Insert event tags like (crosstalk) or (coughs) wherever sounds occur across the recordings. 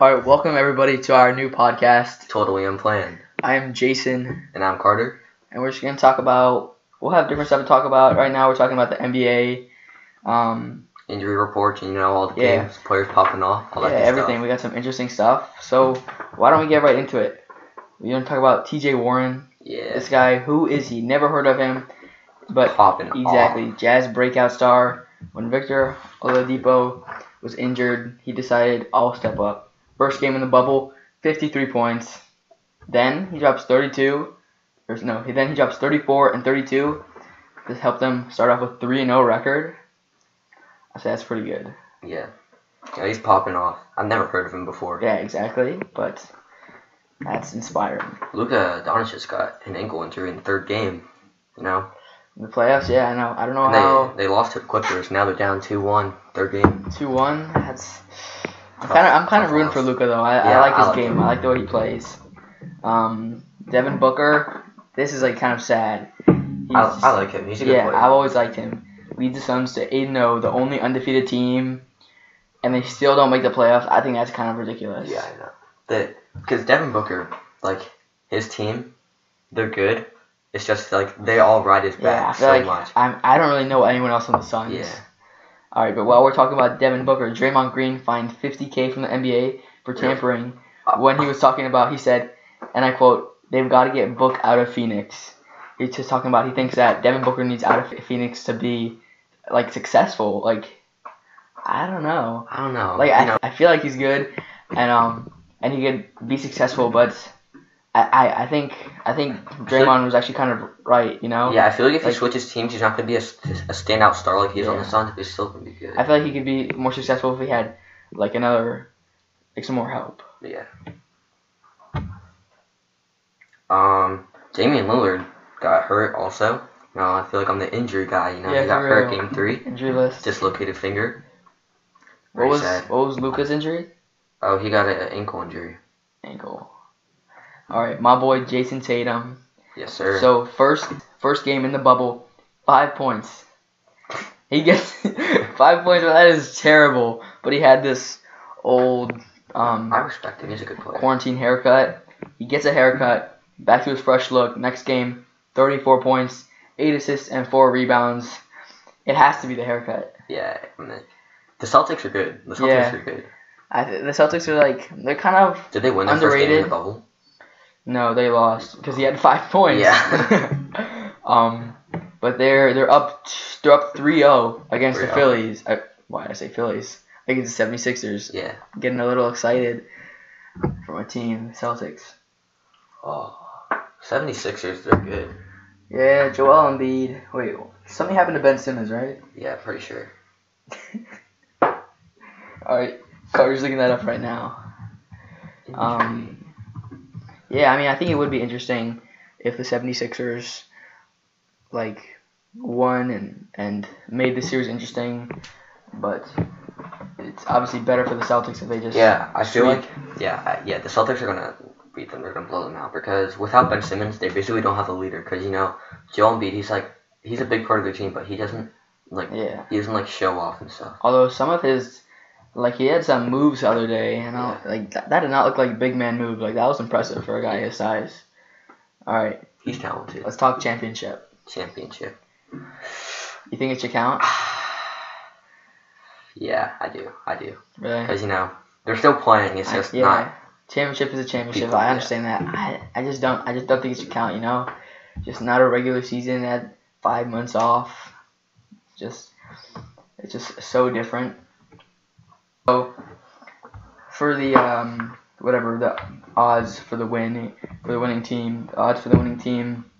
All right, welcome everybody to our new podcast. Totally unplanned. I am Jason, And I'm Carter. and we're just gonna talk about. We'll have different stuff to talk about. Right now, we're talking about the NBA. Um, Injury reports, you know, all the Yeah. games, players popping off, all yeah, that good everything. We got some interesting stuff. So why don't we get right into it? We're gonna talk about T.J. Warren. stuff. Yeah. This guy, who is he? Never heard of him, but popping off. Exactly. Jazz breakout star. When Victor Oladipo was injured, he decided I'll step up. First game in the bubble, 53 points. Then he drops 32. Or no, he then he drops 34 and 32. This helped them start off with 3 0 record. I said that's pretty good. Yeah. Yeah, he's popping off. I've never heard of him before. Yeah, exactly. But that's inspiring. Luka Doncic got an ankle injury in the third game. You know, The playoffs, yeah, I know. I don't know And how they they lost to the Clippers. Now they're down 2-1, third game. two one. That's I'm kind of I'm kind of Tough rooting for loss. Luca though. I, I Yeah, like I his like game. him. I like the way he plays. Um, Devin Booker, this is like kind of sad. He's I, I like him. He's a good yeah, player. I've always liked him. Leads the Suns to eight zero, the only undefeated team, and they still don't make the playoffs. I think that's kind of ridiculous. Yeah, I know. That because Devin Booker, like his team, they're good. It's just like they all ride his Yeah, I back feel so like much. I'm, I don't really know anyone else on the Suns. Yeah. All right, but while we're talking about Devin Booker, Draymond Green fined 50k from the NBA for tampering. Uh, When he was talking about, he said, and I quote, "They've got to get Book out of Phoenix." He's just talking about he thinks that Devin Booker needs out of Phoenix to be like successful. Like, I don't know. I don't know. Like you I, know, I feel like he's good, and um, and he could be successful, but. I, I, I think I think Draymond was actually kind of right, you know. Yeah, I feel like if Like- he switches teams, he's not going to be a, s- a standout star like he is on the Yeah. Suns, but he's still going to be good. I feel like he could be more successful if he had like another like some more help. yeah. Um, Damian Lillard got hurt also. No, I feel like I'm the injury guy, you know. Yeah, he got for hurt real. game three, Injury list. dislocated finger. what Hmm. Very was sad. what was Luca's injury? Oh, he got an ankle injury. Ankle. All right, my boy Jason Tatum. Yes, sir. So first first game in the bubble, five points. He gets (laughs) five points. That is terrible. But he had this old um, I respect him. He's a good player. quarantine haircut. He gets a haircut, back to his fresh look. Next game, 34 points, 8 assists, and 4 rebounds. It has to be the haircut. Yeah. I mean, the Celtics are good. The Celtics Yeah. are good. I th- the Celtics are like, they're kind of, Did they win their first game in the Underrated. bubble? no, they lost because he had 5 (laughs) points. Yeah. (laughs) um, but they're they're up t- they're up 3-0 against the 3-0. Phillies. I, why did I say Phillies? Against the 76ers. Yeah. Getting a little excited for my team, the Celtics. Oh. 76ers, they're good. Yeah, Joel Embiid. Wait, something happened to Ben Simmons, right? Yeah, pretty sure. Alright, Carter's looking that up right now. Um, yeah, I mean, I think it would be interesting if the 76ers, like, won and, and made the series interesting, but it's obviously better for the Celtics if they just. Yeah, I feel Sweet. like yeah, I- yeah. The Celtics are gonna beat them. They're gonna blow them out because without Ben Simmons, they basically don't have a leader. Because you know, Joel Embiid, he's like he's a big part of their team, but he doesn't like Yeah. he doesn't like show off and stuff. Although some of his. Like, he had some moves the other day, and I, like, that, that did not look like a big man move. Like, that was impressive for a guy his size. Alright, He's talented. let's talk championship. Championship. You think it should count? Yeah, I do. I do. Really? Because you know they're still playing. It's I- just yeah, not. championship is a championship. People, I yeah. understand that. I, I just don't I just don't think it should count. You know, just not a regular season at five months off. Just it's just so different. So for the um whatever the odds for the win for the winning team, the odds for the winning team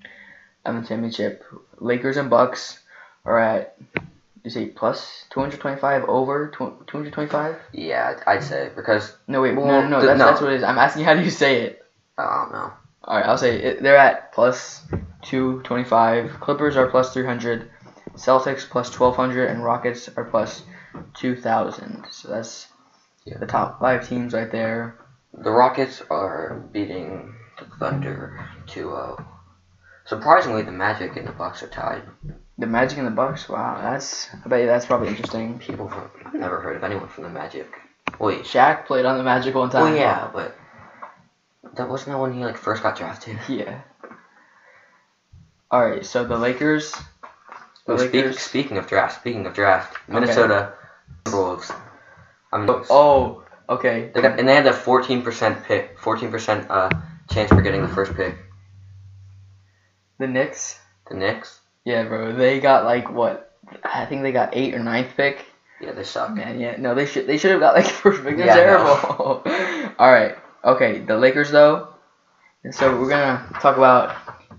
and the championship, Lakers and Bucks are at you say plus 225 over 225 Yeah, I'd- I'd say because no wait no Well, no, no th- that's, no. that's what it is i'm asking how do you say it I don't know. all right, I'll say it, they're at plus 225. Clippers are plus 300. Celtics plus 1200 and Rockets are plus 2000. So that's Yeah. the top 5 teams right there. The Rockets are beating the Thunder 2-0. Surprisingly, the Magic and the Bucks are tied. The Magic and the Bucks. Wow, that's I bet you that's probably interesting. People from I've never heard of anyone from the Magic. Wait. Shaq played on the Magic one time. Well, Oh, yeah, but that wasn't that when he like first got drafted. Yeah. All right, so the Lakers. The Well, speak, Lakers. speaking of draft, speaking of draft, Minnesota Timberwolves. I mean, Oh, okay. they got, and they had a 14% pick, 14% uh, chance for getting the first pick. The Knicks. The Knicks, Yeah, bro. They got like what? I think they got eight or ninth pick. Oh, yeah, they suck. Man, yeah. No, they should. They should have got like (laughs) first pick. They're Yeah, I terrible. (laughs) All right. Okay. The Lakers though. And so we're gonna talk about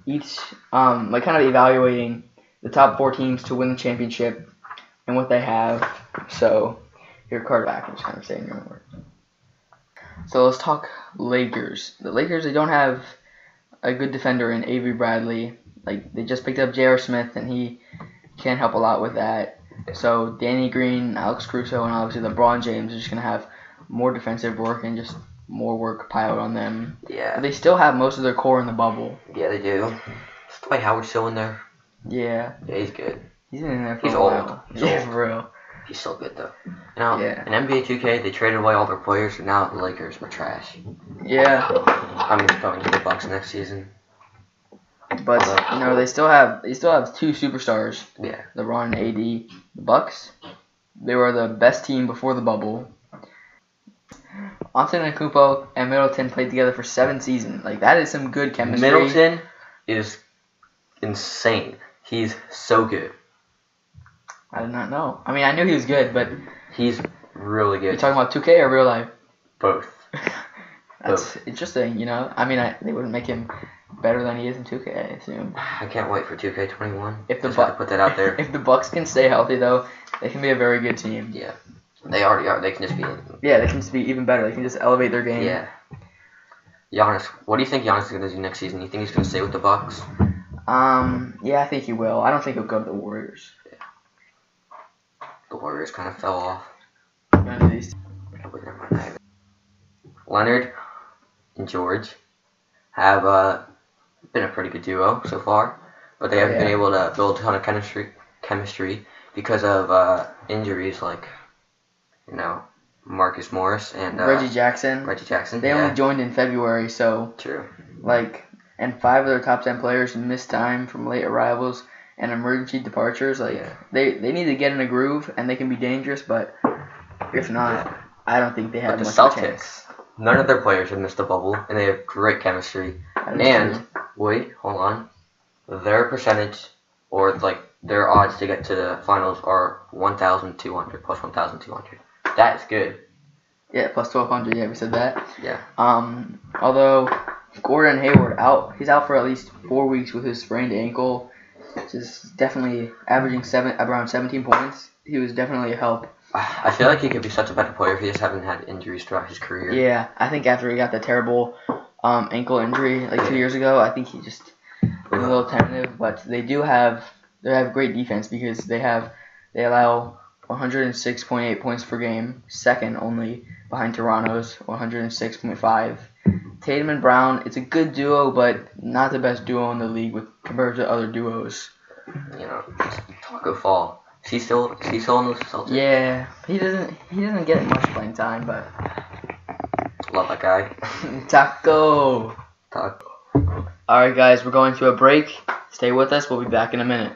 each, um, like kind of evaluating the top four teams to win the championship and what they have. So your quarterback. I'm just kind of saying your own word. So let's talk Lakers. The Lakers. They don't have a good defender in Avery Bradley. Like they just picked up J.R. Smith and he can't help a lot with that. So Danny Green, Alex Crusoe, and obviously LeBron James are just gonna have more defensive work and just more work piled on them. Yeah, They still have most of their core in the bubble. yeah, they do. Is Dwight Howard still in there? Yeah, Yeah, he's good. he's been in there for He's a while. old. He's (laughs) yeah, old. for real. He's still good though. Now, Yeah. in NBA 2K, they traded away all their players, and now the Lakers are trash. Yeah, I'm just going to the Bucks next season. but you know they still have they still have two superstars, Yeah, LeBron and AD. The Bucks, they were the best team before the bubble. Antetokounmpo and Middleton played together for seven seasons. Like that is some good chemistry. Middleton is insane. He's so good. I did not know. I mean, I knew he was good, but He's really you're good. talking about 2K or real life? Both. That's interesting, you know. I mean, I, they wouldn't make him better than he is in 2K, I assume. I can't wait for 2K21. If the Just had Bu- to put that out there. (laughs) if the Bucks can stay healthy, though, they can be a very good team. yeah, they already are. They can just be. Yeah, they can just be even better. They can just elevate their game. Yeah. Giannis, what do you think Giannis is gonna do next season? You think he's gonna stay with the Bucks? Um. Yeah, I think he will. I don't think he'll go to the Warriors. The Warriors kind of fell off. None of these. Wait, never mind, I have it. Leonard and George have uh, been a pretty good duo so far, but they Oh, haven't been yeah. able to build a ton of chemistry, chemistry because of uh, injuries like, you know, Marcus Morris and uh, Reggie Jackson. Reggie Jackson. They yeah, only joined in February, so true. like, and five of their top ten players missed time from late arrivals and emergency departures. Like, Yeah. they they need to get in a groove, and they can be dangerous. But if not, I don't think they have But the much of a Celtics, chance. none of their players have missed a bubble, and they have great chemistry. That is And true. wait, hold on. Their percentage or like their odds to get to the finals are 1,200 plus 1,200. That's good. yeah, plus twelve hundred. Yeah, we said that. Yeah. Um, although Gordon Hayward out, he's out for at least four weeks with his sprained ankle. Which is definitely averaging seven around seventeen points. He was definitely a help. I I feel like he could be such a better player if he just haven't had injuries throughout his career. Yeah, I think after he got that terrible um, ankle injury like two years ago, I think he just was a little tentative. But they do have they have great defense because they have they allow 106.8 points per game, second only behind Toronto's 106.5. Tatum and Brown, it's a good duo, but not the best duo in the league with compared to other duos. You know, Taco Fall. Is he still is he still in the Celtics? Yeah, he doesn't he doesn't get much playing time, but (laughs) Love that guy. Taco. Taco. All right, guys, we're going to a break. Stay with us. We'll be back in a minute.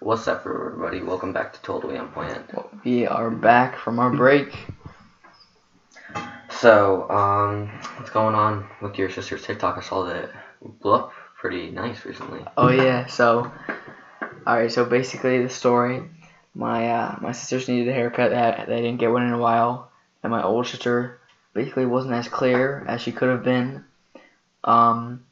What's up, everybody? Welcome back to Totally Unplanned. We are back from our break. So, um, what's going on with your sister's TikTok? I saw that it blew up pretty nice recently. Oh yeah, so all right, so basically the story. My uh, my sisters needed a haircut that they didn't get one in a while, and my older sister basically wasn't as clear as she could have been. Um,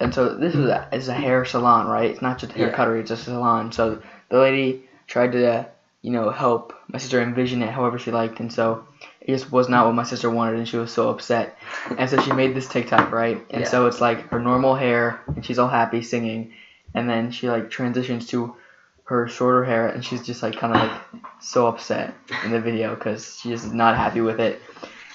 and so this is a, is a hair salon, right? It's not just a hair Yeah. cuttery, it's just a salon. So the lady tried to uh, you know help my sister envision it however she liked, and so it just was not what my sister wanted, and she was so upset. And so she made this TikTok, right? And Yeah. so it's like her normal hair, and she's all happy singing, and then she like transitions to her shorter hair, and she's just like kind of like so upset in the video because she is not happy with it.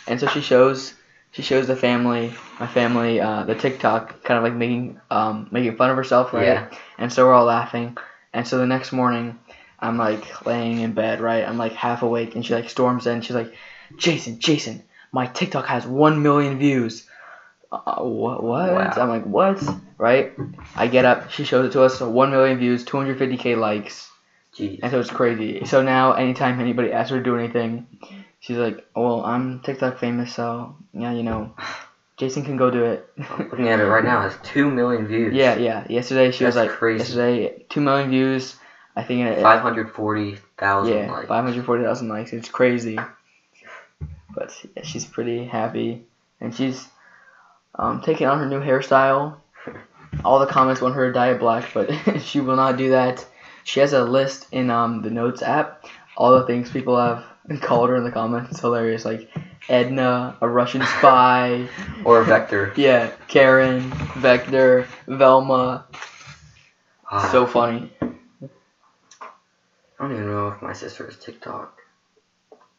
And so she shows she shows the family, my family, uh, the TikTok, kind of like making um, making fun of herself, right? Yeah. And so we're all laughing. And so the next morning, I'm like laying in bed, right? I'm like half awake, and she like storms in. She's like, Jason, Jason, my TikTok has one million views. Uh, what? What? Wow. I'm like, what? Right? I get up. She shows it to us. So one million views, 250k likes. Jeez. And so it's crazy. So now, anytime anybody asks her to do anything, she's like, "Oh, "Well, I'm TikTok famous, so yeah, you know, Jason can go do it." (laughs) I'm looking at it right now. It has two million views. yeah, yeah. Yesterday she was That's like, crazy. yesterday two million views. I think it, Five hundred forty thousand. yeah, likes. five hundred forty thousand likes. It's crazy. But yeah, she's pretty happy, and she's um, taking on her new hairstyle. All the comments want her to dye it black, but (laughs) she will not do that. She has a list in um, the Notes app. All the things people have (laughs) called her in the comments. It's hilarious. Like Edna, a (laughs) Russian spy. Or a vector. yeah, Karen, Vector, Velma. Ah, (laughs) So funny. I don't even know if my sister has TikTok.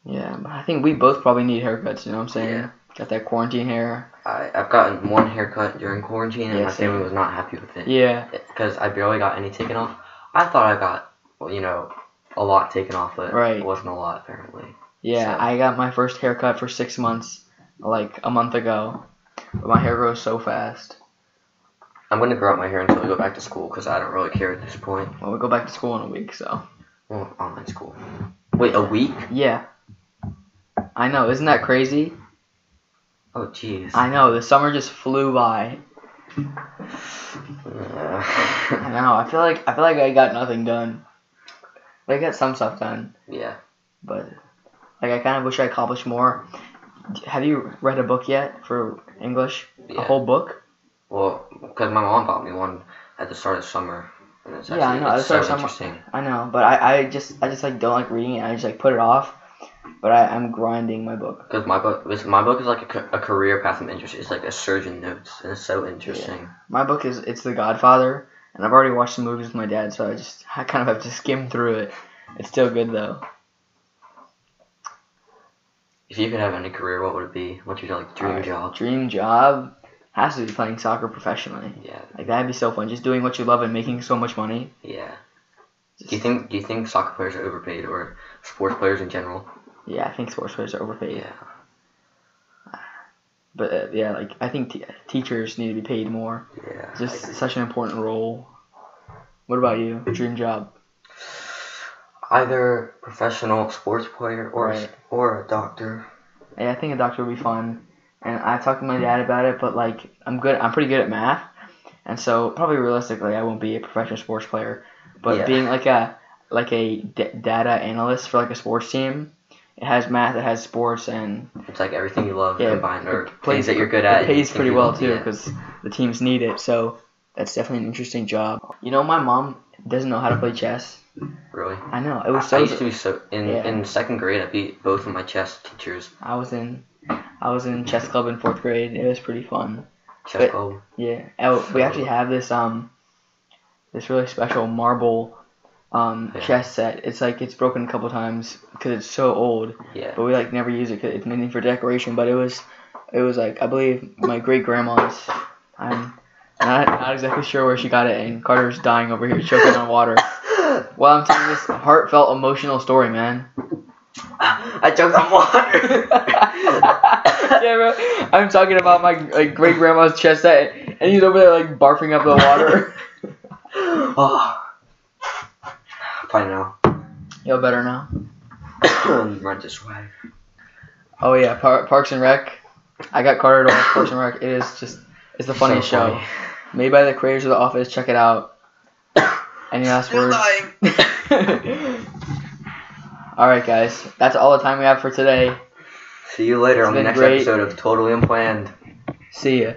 Yeah, but I think we both probably need haircuts. You know what I'm saying? Yeah. Got that quarantine hair. I, I've gotten one haircut during quarantine, and Yeah, my same. family was not happy with it. Yeah. because I barely got any taken off. I thought I got, well, you know, a lot taken off, but Right. it wasn't a lot apparently. Yeah, So- I got my first haircut for six months, like a month ago. But my hair grows so fast. I'm gonna grow out my hair until I go back to school because I don't really care at this point. Well, we go back to school in a week, so Well, online school. Wait, a week? yeah. I know, isn't that crazy? Oh, jeez. I know, the summer just flew by. I Uh, know, I feel like I feel like I got nothing done. But I got some stuff done, (laughs) yeah. but like I kind of wish I accomplished more. D- Have you read a book yet for English? A Yeah. whole book? Well, because my mom bought me one at the start of summer, and it's Yeah, actually I know, at the it's start so of summer- interesting. I know, but I, I just I just like don't like reading it. I just like put it off. But I, I'm grinding my book. Because my book, this, my book is like a, ca- a career path of interest. It's like a surgeon notes, and it's so interesting. My book is it's The Godfather, and I've already watched the movies with my dad, so I just I kind of have to (laughs) skim through it. It's still good though. If you could have any career, what would it be? What's your like dream Alright. job? Dream job has to be playing soccer professionally. Yeah, Like that'd be so fun, just doing what you love and making so much money. yeah. Just- Do you think do you think soccer players are overpaid or sports players in general? Yeah, I think sports players are overpaid. Yeah. But uh, yeah, like I think t- teachers need to be paid more. Yeah. It's just such an important role. What about you? Dream job? Either professional sports player or a s- Right. or a doctor. Yeah, I think a doctor would be fun. And I talked to my dad about it, but like I'm good. I'm pretty good at math, and so probably realistically, I won't be a professional sports player. But Yeah. being like a like a d- data analyst for like a sports team, it has math, it has sports, and It's like everything you love Yeah, combined or it plays- things that you're good at. it and pays things pretty you- well too yeah. because the teams need it. So that's definitely an interesting job. You know, my mom doesn't know how to play chess. Really. I know it I, was so. I used to be so in Yeah. in second grade. I beat both of my chess teachers. I was in I was in chess club in fourth grade. It was pretty fun. Chess But- club. Yeah, oh, we actually have this um, this really special marble um Yeah. chess set. It's like it's broken a couple times because it's so old, Yeah. but we like never use it 'cause it's mainly for decoration. But it was, it was like I believe my great grandma's. I'm not not exactly sure where she got it, and Carter's dying over here choking on water. While I'm telling this heartfelt, emotional story, (laughs) man. (laughs) I choked on (laughs) water. (laughs) yeah, (laughs) bro. I'm talking about my like great grandma's chess set, and he's over there like barfing up the water. (laughs) oh. Probably (coughs) now. Yo, better now. Rent is swag. Oh yeah, Par- Parks and Rec. I got Carter to watch Parks and Rec. It is just it's the funniest So show. funny. Made by the creators of The Office. Check it (coughs) out. Any last words? all right, guys. That's all the time we have for today. (laughs) See you later It's on the been next great. episode of Totally Unplanned. See ya.